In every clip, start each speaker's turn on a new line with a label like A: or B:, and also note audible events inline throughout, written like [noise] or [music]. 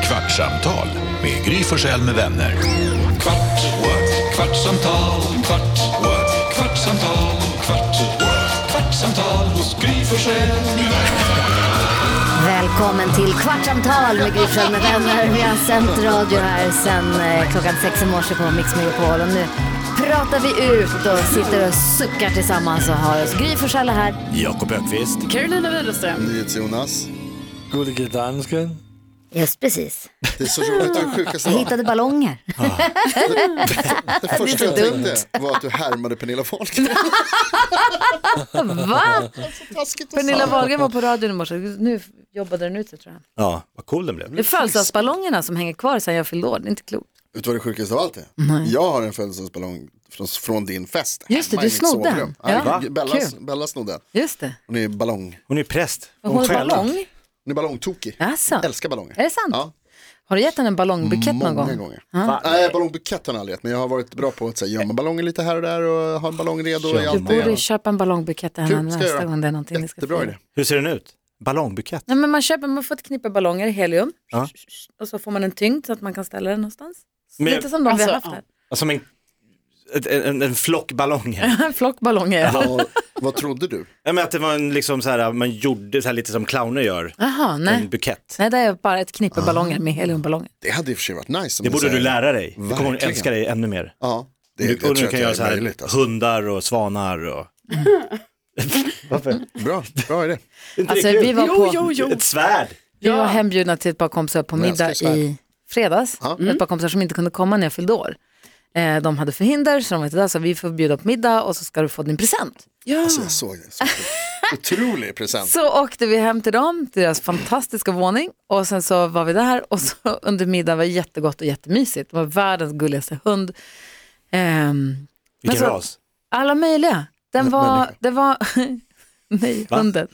A: Kvartsamtal med Gry Forssell med vänner. Kvart, what? kvartsamtal, kvart, what? kvartsamtal, kvart, what? kvartsamtal hos Gry Forssell med vänner.
B: Välkommen till Kvartsamtal med Gry Forssell med vänner. Vi har sänt radio här sedan eh, klockan sex i morse på Mix Megapol och nu pratar vi ut och sitter och suckar tillsammans och har oss. Gry Forssell är här.
C: Jakob Ökvist.
D: Carolina Widerström.
E: Jonas.
C: Gullige dansken.
B: Just precis.
E: Det är så roligt, det är det sjukaste
B: Jag [laughs]
E: var.
B: hittade ballonger.
E: Det första jag
B: dumt.
E: tänkte var att du härmade Pernilla Wahlgren.
B: Va?
E: Taskigt att
B: Pernilla
E: säga.
B: Wahlgren var på radion i morse. Nu jobbade den ut sig tror jag.
C: Ja, vad cool den blev.
B: Det är födelsedagsballongerna som hänger kvar sedan jag fyllde år. Det är inte klokt.
E: Vet du vad det sjukaste av allt är? Jag har en födelsedagsballong från, från din fest.
B: Just det,
E: hemma
B: du
E: i mitt
B: snodde den.
E: sovrum.
B: Ja.
E: Ja,
B: Va?
E: Bella,
B: Kul.
E: Bella snodde den.
B: Just det.
E: Hon är ballong.
C: Hon är präst.
B: Hon har
C: stjälar.
B: ballong.
E: Hon är ballongtokig.
B: Jaså?
E: Älskar ballonger.
B: Är det sant?
E: Ja,
B: Har du gett henne en ballongbukett någon
E: många
B: gång?
E: gånger. Nej, ballongbukett har jag aldrig gett, men jag har varit bra på att så här, gömma ballongen lite här och där och ha en ballong redo i
B: Du
E: allt det jag
B: borde
E: gör.
B: köpa en ballongbukett till henne
E: Kul, ska jag
B: nästa
E: göra.
B: gång det är någonting ni ska
E: Jättebra
B: fira.
E: idé.
C: Hur ser den ut? Ballongbukett.
B: Nej, men man, köper, man får ett knippe ballonger i helium
C: Ja.
B: och så får man en tyngd så att man kan ställa den någonstans.
C: Men-
B: Lite som de vi
D: Alltså,
B: har haft här.
C: Som en, ett- en, en flock ballonger.
B: [laughs] En flock ballonger.
E: Vad, vad trodde du?
C: Nej, men att det var en liksom så här, man gjorde så här lite som clowner gör.
B: Jaha,
C: En
B: nej.
C: bukett.
B: Nej, det är bara ett knippe ballonger med heliumballonger.
E: Det hade i och för sig varit nice. om
C: Det
E: jag
C: borde
E: säger
C: du lära dig. Du kommer att
E: Verkligen.
C: älska dig ännu mer.
E: Ja, det,
C: Du,
E: jag tror
C: och du
E: att
C: kan
E: det
C: göra
E: är
C: så här,
E: möjligt, alltså.
C: hundar och svanar och... Varför?
E: Bra, bra idé.
C: Inte
B: Alltså,
C: det kul?
B: vi var,
D: Jo,
B: på,
D: jo, jo.
C: Ett svärd.
B: vi var hembjudna till ett par kompisar på middag
E: älskar svärd.
B: i fredags. Ett par kompisar som inte kunde komma när jag fyllde år. Eh, De hade förhinder så de var inte där, så vi får bjuda på middag och så ska du få din present.
D: Ja.
E: Så Alltså, jag såg det.
D: [laughs]
E: Så kul. Otrolig present.
B: Så åkte vi hem till dem, till deras fantastiska våning och sen så var vi där och så [laughs] under middagen var det jättegott och jättemysigt. Det var världens gulligaste hund. Ehm,
C: Vilken
B: Men så-
C: ras.
B: alla möjliga. Den var, det var, [laughs] nej
C: Va?
B: hunden.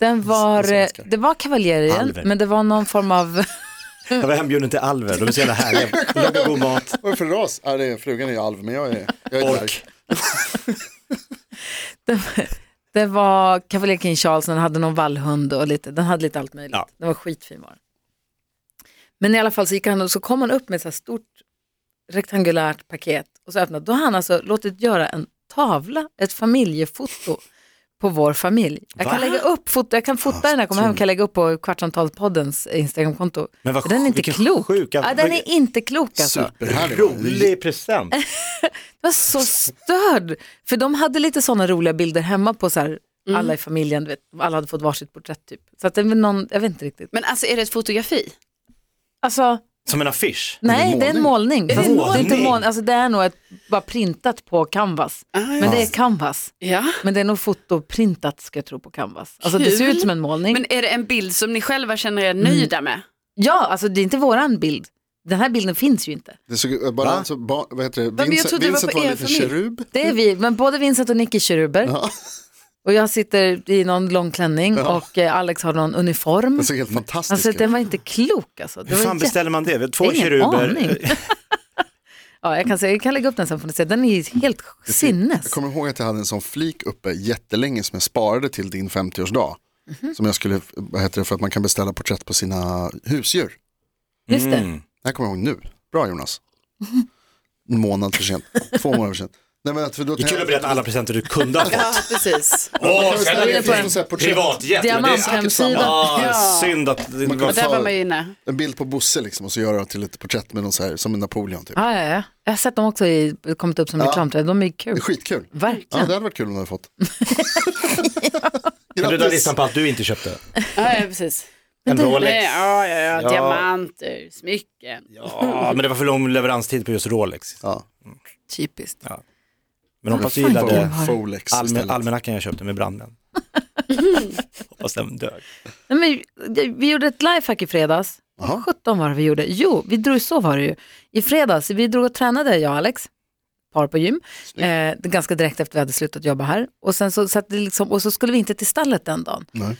B: Den var, eh,
E: svenskar.
B: det var kavaljerien
C: Alver.
B: men det var någon form av,
C: Jag var hembjuden till Alver. De är så jävla härliga. De lagar god mat.
E: Vad är det för ras? Ja, det är, frugan är ju alv, men jag är, jag är
C: Ork.
B: det var Cavalier King Charles, den hade någon vallhund och lite, den hade lite allt möjligt.
C: Ja.
B: Den var skitfin var den. Men i alla fall så gick han och så kom han upp med ett så här stort rektangulärt paket och så öppnade, då har han alltså låtit göra en tavla, ett familjefoto på vår familj. Jag kan
C: Va?
B: lägga upp foto, jag kan fota den när jag kommer hem, kan jag lägga upp på Kvartsamtalspoddens Instagramkonto.
C: Men vad
B: den är
C: sjuk-
B: inte
C: vilken
B: klok.
C: sjuka-
B: ja, den är inte klok alltså.
E: superhärlig.
C: Rolig present.
B: Jag var så störd. För de hade lite sådana roliga bilder hemma på så här, alla i familjen, du vet, alla hade fått varsitt porträtt typ. Så att det var någon, jag vet inte riktigt.
D: Men alltså är det ett fotografi?
B: Alltså,
C: Som en affisch.
B: nej det är en målning. Fast
C: målning?
B: Det, är inte mål, alltså, det är nog ett, bara printat på canvas. Men det är canvas.
D: Ja.
B: Men det är nog fotoprintat ska jag tro på canvas. Alltså det
D: Kul.
B: ser ut som en målning.
D: Men är det en bild som ni själva känner er nöjda med?
B: Ja, alltså det är inte våran bild. Den här bilden finns ju inte.
E: Det såg ut- bara alltså, ba, vad heter det?
D: jag
E: Vincent,
D: trodde det var
E: Vincent
D: på
E: var en
D: er
E: liten
D: familj.
E: kerub.
B: Det är vi, men både Vincent och Nicky är keruber.
E: Ja.
B: Och jag sitter i någon lång klänning och eh, Alex har någon uniform.
E: Den såg helt fantastisk
B: Alltså
E: ut.
B: den var inte klok alltså. Det
C: Hur
B: var
C: fan
B: jätte-
C: beställer man det? Två
B: Ingen aning.
C: keruber.
E: [laughs]
B: ja, jag, kan säga, jag kan lägga upp den sen får ni se. Den är ju helt
E: Jag
B: sinnes.
E: kommer ihåg att jag hade en sån flik uppe jättelänge som jag sparade till din 50-årsdag.
D: Mhm.
E: Som jag skulle, vad heter det, för att man kan beställa porträtt på sina husdjur.
B: Just det.
E: Det här kommer jag ihåg nu. Bra Jonas.
D: Mhm.
E: En månad för sent, två månader för sent. Nej, men att, för då
C: Det är kul att
E: jag-
C: berätta alla presenter du kunde ha fått.
D: precis.
C: Åh,
E: Jag beställde
B: det på
E: en-
B: en
E: så här porträtt.
C: privatjet.
B: Diamanthemsida.
C: Ah, synd att...
E: kan
D: Och där
E: ta-
D: var man ju inne.
E: En bild på Bosse liksom och så göra till ett porträtt med någon så här, som en Napoleon typ.
B: Ja, ja, ja. Jag har sett dem också i, kommit upp som reklamträd. De är ju kul.
E: Det är skitkul. Ja,
B: Verkligen.
E: det hade varit kul om du hade fått.
C: Men du där
E: Grattis.
C: listan på allt du inte köpte.
D: Ja, ja precis.
C: En
D: Nej,
C: Rolex.
D: ja, ja, ja,
C: Ja.
D: diamanter, smycken.
C: Ja, men det var för lång leveranstid på just Rolex.
E: Ja,
B: Typiskt.
C: Men hoppas du
E: bara
C: gillade
E: Folex
C: alme-
E: istället.
C: almanackan jag köpte med
D: [laughs]
C: brandmän. hoppas den dög.
B: Nej, men, vi gjorde ett lifehack i fredags.
E: Jaha.
B: 17 var det vi gjorde. Jo, vi drog, så var det ju. I fredags, vi drog och tränade, jag och Alex, par på gym, eh, det är ganska direkt efter vi hade slutat jobba här. Och, sen så, satt det liksom, och så skulle vi inte till stallet den dagen.
E: Nej.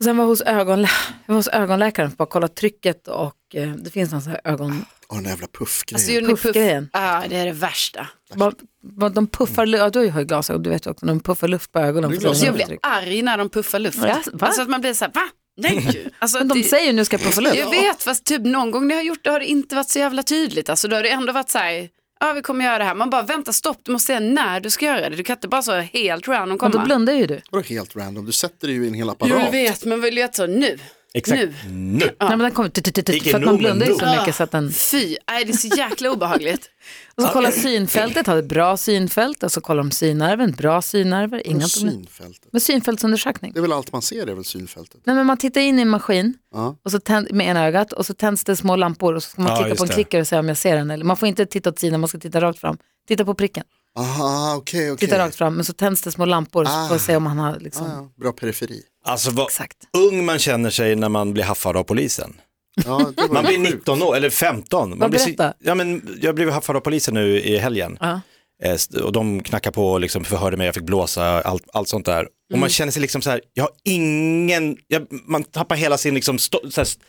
B: Och sen var jag hos, ögonlä- jag var hos ögonläkaren för att bara kolla trycket och eh, det finns någon sån här ögon...
E: Och den där jävla puffgrejen.
D: Alltså gjorde ni puff?
B: Puffgrejen.
D: Ja, det är det värsta.
B: Vad- vad de puffar, lu- ja, du har ju glasögon, du vet ju också, de puffar luft på ögonen.
E: Det är
B: för att
E: glasögon.
D: Alltså,
B: känna
D: jag blir
B: tryck.
D: arg när de puffar luft.
B: Ja, va?
D: Alltså att man blir så här, va?
B: [laughs]
D: Nej, gud. alltså,
B: Men de
D: det-
B: säger ju nu ska jag puffa
D: Jag vet, fast typ någon gång när jag har gjort det har det inte varit så jävla tydligt. Alltså, då har det ändå varit så här, ja vi kommer göra det här. Man bara vänta stopp, du måste säga när du ska göra det. Du kan inte bara så helt random
B: Och då
D: komma.
B: blundar ju du.
E: Vadå helt random? Du sätter dig ju i en hel
D: Jo,
E: apparat.
D: jag vet, men vill veta så nu.
C: Exakt.
D: Nu.
C: Nu.
B: Nej, men den kommer, tut, tut, tut,
C: Vilken
B: för att man
C: nomen
B: blundar ju
C: då.
B: så mycket så att den...
D: Ah, Fy, nej, det är så
E: [laughs]
D: jäkla obehagligt.
B: Och så kolla synfältet, har ett bra synfält och så kollar de synnerven, bra synnerver, inga problem.
E: Synfältet.
B: Men synfältsundersökning.
E: Det är väl allt man ser, det är väl synfältet.
B: Nej, men man tittar in i en maskin
E: Ja.
B: och så tänd, med ena ögat och så tänds det små lampor och så ska man
C: Ja,
B: titta
C: just
B: på en
C: det.
B: klicker och se om jag ser den. Eller, man får inte titta åt sidan, man ska titta rakt fram. Titta på pricken,
E: Aha, okej, okej.
B: titta rakt fram men så tänds det små lampor och så får jag se om han har liksom...
E: Ja, ja. Bra periferi.
C: Alltså vad
B: Exakt.
C: ung man känner sig när man blir haffad av polisen.
E: Ja, det var
C: Man blir
E: sjukt.
C: 19 år, eller 15. Man
B: Vad
C: blir så-
B: berätta.
C: ja, men jag blev haffad av polisen nu i helgen.
B: Ja.
C: Eh, st- Och de knackade på och liksom förhörde mig, jag fick blåsa, allt, allt sånt där. Och
B: Mm.
C: man känner sig liksom så här, jag har ingen, jag, man tappar hela sin liksom, stå, så här, st-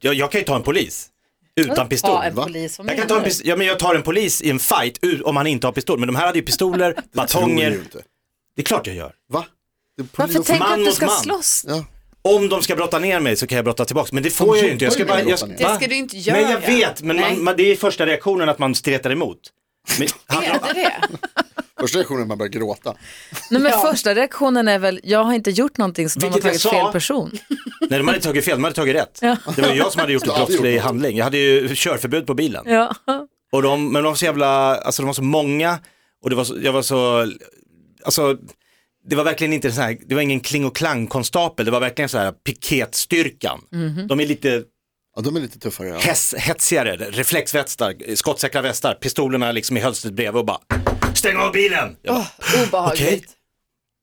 C: jag, jag kan ju ta en polis utan pistol.
B: en
E: va?
B: polis, vad
C: Jag, kan ta
B: menar
C: en
B: du?
C: pis- ja, men jag tar en polis i en fight u- om han inte har pistol, men de här hade ju
B: [laughs]
C: pistoler,
E: Tror
C: batonger.
E: du inte.
C: Det är klart jag gör.
E: Va? Det är polis-
B: Varför tänker du att
C: man
B: du
C: mot
B: ska
C: man.
B: slåss?
E: Ja.
C: Om de ska brotta ner mig så kan jag brotta tillbaka, men det får jag ju inte. Jag ska
E: borde
C: bara,
E: brotta
C: jag,
E: ner.
D: Det
C: Va?
D: ska du inte göra.
C: Men jag vet, men
D: Nej.
C: man, man, det är första reaktionen att man stretar emot. Men, han,
D: Är det det?
E: Första reaktionen är att man börjar gråta.
B: Nej, men första reaktionen är väl, jag har inte gjort någonting så de har
C: Vilket jag
B: tagit
C: sa. [laughs]
B: fel person.
C: nej, de hade tagit fel, de hade tagit rätt. Det var ju jag som hade gjort en
E: Ja, det gjorde
C: brottslig
E: de.
C: handling. Jag hade ju körförbud på bilen.
B: Ja.
C: Och de, men de var så jävla, alltså de var så många och det var så, jag var så, alltså det var verkligen inte en sån här, det var ingen kling och klang konstapel, det var verkligen så här piketstyrkan.
D: Mhm.
C: De är lite
E: Ja, de är lite tuffare. Ja.
C: hets, hetsigare, reflexvästar, eh, skottsäkra västar, pistolerna liksom i hölstret bredvid och bara stäng av bilen! Jag bara,
D: Obehagligt.
C: Okej.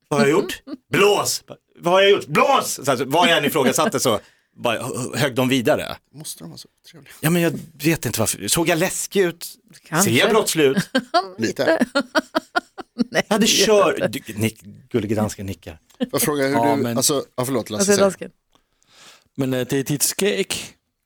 C: vad har jag gjort? Blås! Vad har jag gjort? Blås! Så här, var jag än ifrågasatte så bara, hö- hög de vidare.
E: Måste de vara så trevliga?
C: Ja men jag vet inte varför, såg jag läskig ut?
B: Kanske.
C: Ser jag brottslig ut?
E: Lite.
C: Jag hade kör... Du- Nick, gullige dansken nickar.
E: Får Jag frågar hur
F: Ja,
E: du,
F: men-
E: alltså, ja förlåt Lasse.
B: Vad säger
E: säg.
B: dansken?
F: Men øh, det er dit skæg,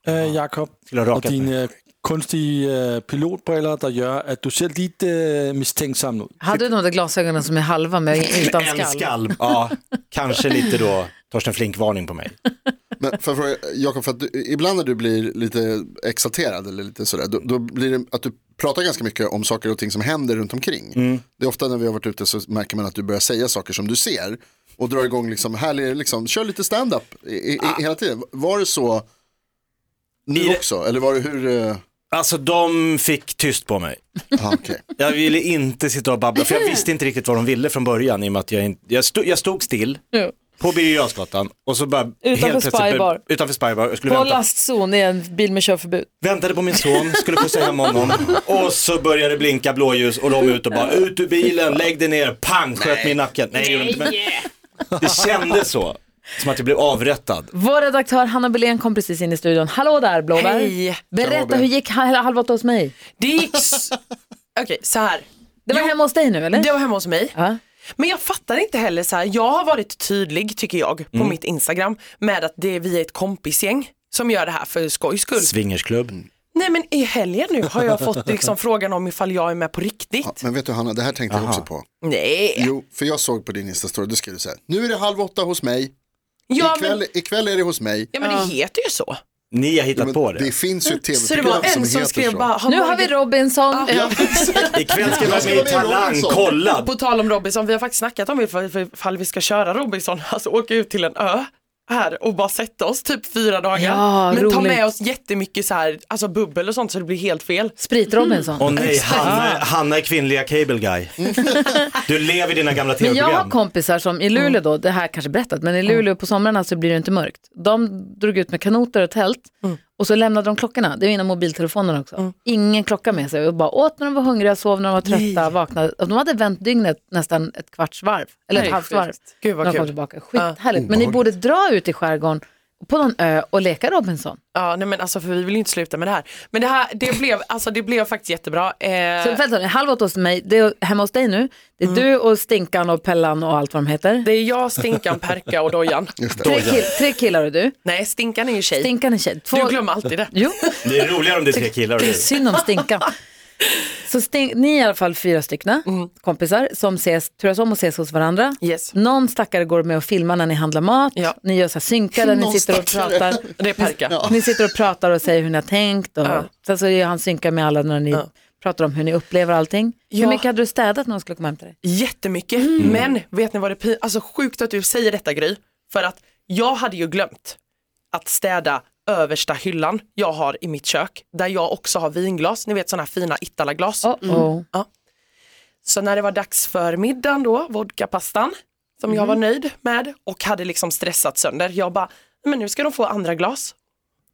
F: øh, Jakob,
C: Skulle have
F: og
C: rocket
F: dine øh, kunstige øh, pilotbriller, der gør, at du ser lidt øh, mistænksom ud.
B: Hade du de där glasögonen som är halva men utan
C: En
B: skall?
C: skalv. Ja, kanske lite då Torsten Flink-varning på mig.
E: Men får jag fråga, Jakob, för att du, ibland när du blir lite exalterad eller lite sådär, då, då blir det att du pratar ganska mycket om saker och ting som händer runt omkring.
F: Mm.
E: Det är ofta när vi har varit ute så märker man att du börjar säga saker som du ser och drar igång liksom, härlig, liksom, kör lite stand-up i, i,
F: Ah.
E: i, hela tiden. Var det så nu
C: I det-
E: också? Eller var det hur, eh,
C: Alltså de fick tyst på mig.
E: ah,
F: [laughs]
E: okej.
C: Jag ville inte sitta och babbla, för jag visste inte riktigt vad de ville från början i och med att jag, inte, jag, stod, jag stod still
B: Ja.
C: på Birger Jarlsgatan och så bara
B: Utanför Spybar.
C: utanför Spybar, jag skulle
B: På
C: vänta,
B: lastzon i en bil med körförbud.
C: väntade på min son, skulle pussa hem honom och så började det blinka blåljus och de ut och bara ut ur bilen, lägg dig ner, pang, sköt mig i nacken. Nej, det gjorde de inte, men det kändes så, som att jag blev avrättad.
B: Vår redaktör Hanna Belén kom precis in i studion. Hallå där Blåbär.
G: Hej.
B: Berätta,
E: Blåbär.
B: hur gick ha- halva åtta hos mig?
G: Det gick... s- Okej, så här.
B: Det var
G: Jo.
B: hemma hos dig nu eller?
G: Det var hemma hos mig.
B: Ja.
G: Men jag fattar inte heller så här. Jag har varit tydlig, tycker jag, på mitt Instagram med att det är vi är ett kompisgäng som gör det här för skojs skull.
C: Swingersklubb.
G: Nej men i helgen nu har jag fått liksom [laughs] frågan om ifall jag är med på riktigt.
E: Ja, men vet du Hanna, det här tänkte jag också på.
G: Nej,
E: Jo, för jag såg på din Insta-story, då skrev du så här, nu är det halv åtta hos mig,
G: ja,
E: ikväll,
G: men,
E: ikväll är det hos mig.
G: ja men det heter ju så.
C: Ni har
E: Jo,
C: hittat
E: men
C: på det.
E: det finns ju ett
G: Mm. Så det var
E: tv-program som
G: en
E: heter
G: som skrev
E: så.
G: bara,
B: Nu har vi
G: Margit-
B: Robinson.
E: Ja, exakt.
C: Ikväll ska jag vara
E: ska
C: med i
E: vara med i
C: Talang,
E: Robinson.
C: kolla!
G: På tal om Robinson, vi har faktiskt snackat om ifall, ifall vi ska köra Robinson, [laughs] alltså åka ut till en ö här och bara sätta oss typ fyra dagar.
B: Ja,
G: men ta
B: roligt.
G: med oss jättemycket så här, alltså bubbel och sånt så det blir helt fel.
B: Sprit-Robinson.
C: Åh nej, Hanna,
B: Ah.
C: Hanna är kvinnliga cable
B: [laughs]
C: guy. Du lever i dina gamla
B: Men jag har
C: tv-program.
B: kompisar som i
G: Mm.
B: Luleå då, det här kanske berättat, men i Luleå på somrarna så blir det inte mörkt. De drog ut med kanoter och tält
G: Mm.
B: och så lämnade de klockorna, det var innan mobiltelefonerna också. Ingen klocka med sig och bara åt när de var hungriga, sov när de var trötta, vaknade. Och de hade vänt dygnet nästan ett kvarts varv, eller ett
G: Nej,
B: halvt
G: sjukt.
B: varv.
G: Gud, vad
B: när de kom
G: kul.
B: tillbaka. Skithärligt. Men ni borde dra ut i skärgården på någon ö och leka Robinson.
G: Ja, nej men alltså för vi vill ju inte sluta med det här. Men det här, det blev, alltså det blev faktiskt jättebra. Eh,
B: Så vänta nu, halv åtta hos mig, det är hemma hos dig nu. Det
G: Mm.
B: är du och Stinkan och Pellan och allt vad de heter.
G: det är jag, Stinkan, Perka och Dojan.
B: Tre, kill- tre killar och du.
G: Nej, Stinkan är ju tjej.
B: Stinkan är tjej. Två...
G: Du glömmer alltid det.
B: Jo.
C: Det är roligare om det är tre killar och
B: Det är
C: du.
B: synd om Stinkan. Så stäng, ni är i alla fall fyra stycken kompisar som ses, turas om och ses hos varandra.
G: Yes.
B: Någon stackare går med och filmar när ni handlar mat,
G: Ja.
B: ni gör så här synkar där ni
E: Någon
B: sitter och
E: stackare.
B: pratar.
G: Det är Perka.
B: Ni sitter och pratar och säger hur ni har tänkt och
G: Ja.
B: sen så gör han synkar med alla när ni pratar om hur ni upplever allting. Hur
G: Ja.
B: mycket hade du städat när hon skulle komma hem till dig?
G: Jättemycket. Men vet ni vad det är? Alltså sjukt att du säger detta Gry. För att jag hade ju glömt att städa översta hyllan jag har i mitt kök. Där jag också har vinglas. Ni vet sådana här fina Itala-glas.
B: Oh, oh.
G: Så när det var dags för middagen då, vodkapastan, som jag var nöjd med och hade liksom stressat sönder. Jag bara, men nu ska de få andra glas.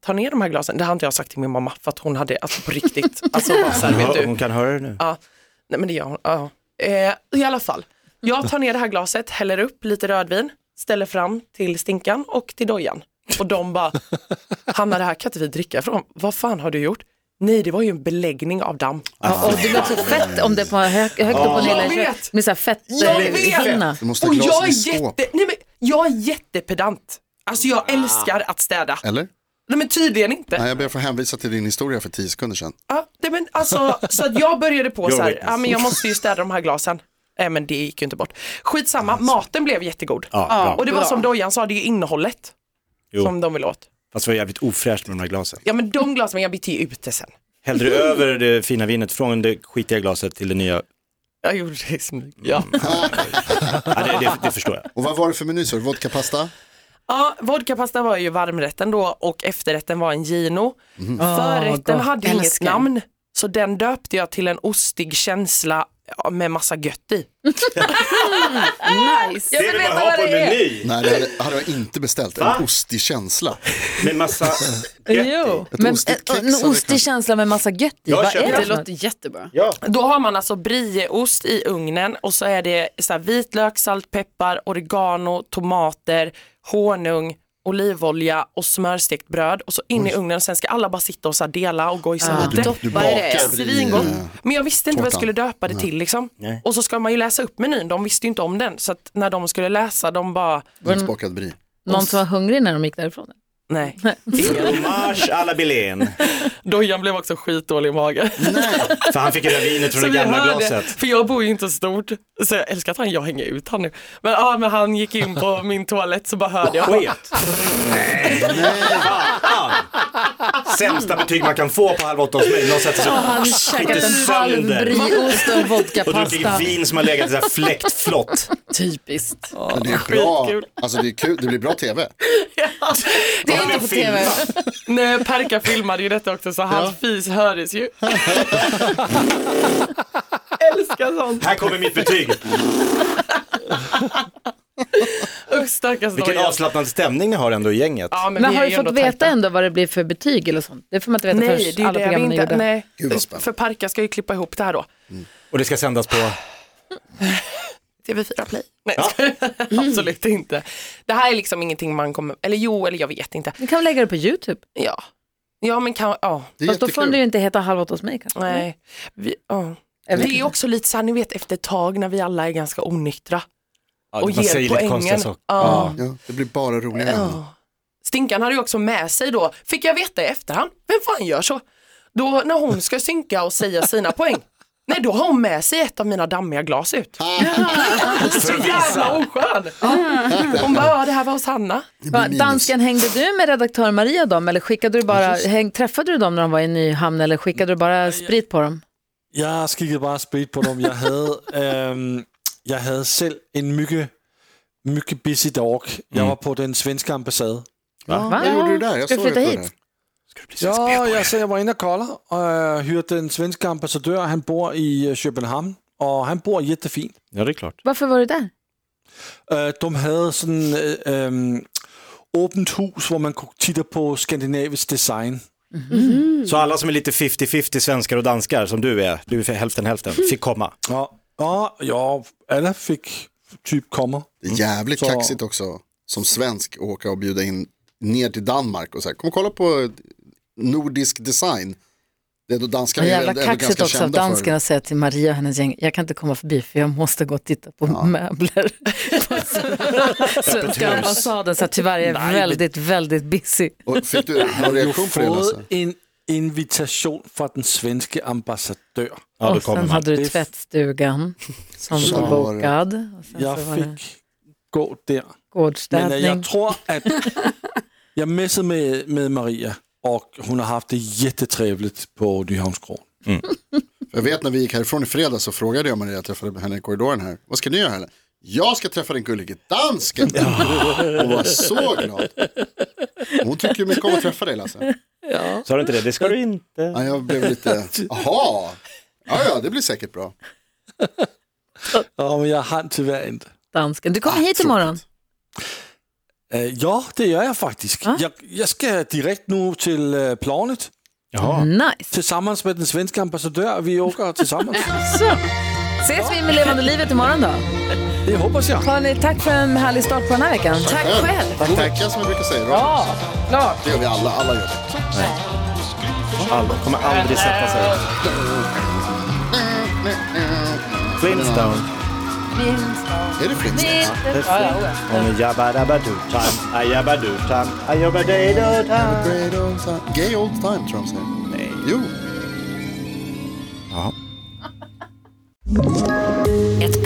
G: Ta ner de här glasen. Det har inte jag sagt till min mamma för att hon hade alltså på [laughs] riktigt, alltså bara så här, vet du.
C: Hon kan höra det nu.
G: Ja, nej men det gör hon. Ja. Eh, I alla fall, jag tar ner det här glaset, häller upp lite rödvin, ställer fram till stinkan och till dojan. Och
E: [laughs]
G: de bara, Hanna det här kan inte vi dricka från. Vad fan har du gjort? Nej, det var ju en beläggning av damm.
B: Och det blir också fett om det är på hög, högt upp på
G: Jag
B: hela
G: vet.
B: med så här fett
G: Jag
B: eh,
G: vet.
B: hinna.
E: Du måste ha
G: Och jag
E: glasen i
G: är,
E: skåp. Ah.
G: jätte, nej men, jag är jättepedant. Alltså jag älskar att städa.
E: Eller?
G: Nej men tydligen inte.
E: Nej, jag ber att få hänvisa till din historia för tio sekunder sedan.
G: Ja, det, men alltså, så att jag började på så här,
C: witness.
G: ja, men jag måste ju städa de här glasen. Nej men det gick ju inte bort. Skitsamma, maten blev jättegod.
C: Alltså. Ja, bra.
G: Och det var som Dojan sa, det är ju innehållet
C: Jo.
G: som de vill åt.
C: Fast det var jävligt ofräscht med de här glasen.
G: Ja men de glasen, jag bytte ju ute sen.
C: Hällde du över det fina vinet från det skitiga glaset till det nya? Mm.
G: Jag gjorde det i smyg. Ja.
C: Ja, det, det, det förstår jag.
E: Och vad var det för meny? sa du? Vodkapasta?
G: ja, vodkapasta var ju varmrätten då och efterrätten var en gino.
C: Mhm.
G: Förrätten
B: gott.
G: hade inget
D: Älskar.
G: namn, så den döpte jag till en ostig känsla ja, med massa gött i.
D: Nice.
B: Jag vill veta vad det är.
E: Nej, det hade, hade jag inte beställt. En ostig känsla.
C: Med
B: [laughs]
C: massa...
B: Jo, men
E: ostigt
B: eh,
E: kex
B: en
E: hade
B: ostig
E: kunnat-
B: känsla med massa gött i.
C: Jag
B: Vad
C: köper
B: är det
D: Det
B: för något?
D: låter jättebra.
G: Då har man alltså brieost i ugnen och så är det så här vitlök, salt, peppar, oregano, tomater, honung, olivolja och smörstekt bröd och så in i ugnen och sen ska alla bara sitta och så här dela och gojsa lite.
E: Du
D: Vad är det?
E: bakar i...
G: Svingott.
E: eh,
G: Men jag visste inte vad jag
E: Tårtan.
G: skulle döpa det till liksom.
C: Nej.
G: Och så ska man ju läsa upp menyn, de visste ju inte om den. Så att när de skulle läsa, de bara,
E: Ugnsbakad brie.
B: Någon som var hungrig när de gick därifrån?
G: nej.
C: Fromage à la Belén.
G: [laughs] Dojan blev också skitdålig i magen.
C: För han fick ju det här vinet från
G: Så
C: det
G: vi
C: gamla
G: hörde,
C: glaset.
G: För jag bor ju inte stort, så jag älskar att han, jag hänger ut han nu. Men, ja, men han gick
C: [laughs]
G: in på min toalett så bara hörde jag.
C: Sket. Fan. Sämsta betyg man kan få på Halv åtta hos mig. Någon sätter sig
B: Han käkat en halv brieost och
C: och druckit
B: vodkapasta.
C: vin som har legat i så här fläktflott.
G: [laughs]
D: Typiskt.
E: Men det är bra.
G: skitkul.
E: Alltså det är kul. Det blir bra tv.
B: Det är inte på tv.
G: Nej, Perka filmade ju detta också så hans fis
C: [laughs]
G: hördes ju. Älskar sånt.
C: Här kommer mitt betyg.
G: Usch stackars
C: Vilken
G: Dojan.
C: avslappnad stämning ni har ändå i gänget.
G: Ja,
B: Men
G: vi
B: har
G: är
B: du
G: ju
B: fått
G: ändå
B: veta
G: tajta.
B: ändå vad det blir för betyg eller sånt? Det får man inte veta
G: Nej,
B: förrän
G: det är
B: alla
G: det vi
B: programmen är
G: inte...
B: gjorda.
G: Nej.
E: Gud vad spännande.
G: För Parka ska ju klippa ihop det här då.
C: Och det ska sändas på...
G: TV4 Play. Nej, [laughs] absolut inte. Det här är liksom ingenting man kommer, eller jo, eller jag vet inte.
B: Du kan väl lägga det på YouTube?
G: Ja, ja men kan, ja.
E: Det är
B: Fast då får
E: jättekul.
B: du ju inte heta Halv åtta hos mig kanske.
C: Mm.
G: Nej. Vi, ja.
B: Jag vet
G: Det är
B: inte.
G: också lite så här, ni vet efter ett tag när vi alla är ganska onyktra.
C: Ja,
G: Och
C: man säger
G: ger
C: lite konstiga
G: poängen.
C: saker.
G: Ja.
E: Ja, det blir bara roligare.
G: Ja. Stinkan hade ju också med sig då, fick jag veta i efterhand, vem fan gör så? Då när hon ska synka och säga sina poäng, nej då har hon med sig ett av mina dammiga glas ut. [laughs] så jävla oskön. Hon bara, ja det här var hos Hanna.
B: Va, dansken, hängde du med redaktör Maria och dem eller skickade du bara, häng, träffade du dem när de var i Nyhamn eller skickade du bara sprit på dem?
F: Jeg skikkede bare speed på dem. Jeg havde, øhm, jeg havde selv en mygge, mygge busy dog. Jeg var på den svenske ambassade.
E: Ja,
B: Va?
E: Vad gjorde du där? Jag
B: Ska du
E: såg att
B: flytta
E: du var
B: hit?
E: där.
F: Ja, jeg, så jeg var inde og kolder og øh, hyrede den svenske ambassadør. Han bor i øh, København, og han bor jättefint.
C: Ja, det är klart.
B: Varför var du där?
F: Øh, de havde sådan øh, øhm, åbent hus, hvor man kunne titte på skandinavisk design.
B: Mm.
C: Så alla som är lite 50-50 svenskar och danskar som du är, du är för hälften hälften, fick komma.
F: Ja, ja, ja alle fik typ kommer.
E: Det är jävligt
F: Så-
E: kaxigt också som svensk att åka och bjuda in ner till Danmark och så här, kom och kolla på nordisk design. Det är då danskarna
B: Det
E: är
B: jävla
E: ändå ganska
B: kaxigt också av
E: kända
B: dansken
E: för.
B: att säga till Maria och hennes gäng, jag kan inte komma förbi för jag måste gå och titta på [laughs] möbler på svenska ambassaden. Så att tyvärr, jag är väldigt, väldigt busy.
E: Och fick du någon
F: [laughs] Jag har ju
E: reaktion på det
F: fået
E: Lasse?
F: en, invitation från den svenska ambassadör.
C: Ja, då
B: och
C: kommer
B: sen
C: man.
B: hade du
F: Det-
B: tvättstugan som
E: Så
B: var
E: var det.
B: bokad. Och sen så var
F: Jag
B: det
F: fick gå där. Men
B: gårdsstädning.
F: jag
B: [laughs]
F: tror att jag messade med, med Maria och hon har haft det jättetrevligt på Nyhamnskron.
E: Jag vet när vi gick härifrån i fredags så frågade jag Maria, jag träffade henne i korridoren här, vad ska ni göra här? Jag ska träffa den gullige dansken. Hon var så glad. Hon tycker ju mycket om att träffa dig Lasse.
C: Sa du inte det? Det ska du inte.
E: Ja, jag blev lite, aha, ja ja det blir säkert bra.
F: Ja, men jag hann tyvärr inte.
B: Dansken. Du kommer hit imorgon.
F: Eh, ja, det gör jag faktiskt.
B: Ah.
F: Jag, jag ska direkt nu till eh, planet
C: Jaha.
B: Nice.
F: tillsammans med den svenska ambassadören. Vi åker
B: [laughs]
F: tillsammans.
B: Så. Ses vi i Med levande livet imorgon då?
F: det hoppas jag.
B: Hörni, tack för en härlig start på den här veckan.
D: Tack själv.
E: God vecka som jag brukar säga. Bra.
B: Ja, klart.
E: Det gör vi alla, alla gör det.
C: Kommer aldrig sätta sig. Flintstone.
E: Är det Flintstones?
C: Det är fint. Jabba-dabba-doo-time, ajabba-doo-time, ajabba-dee-doo-time.
E: Great old time. Gay old time tror jag de säger. Nej. Jo.
H: Ett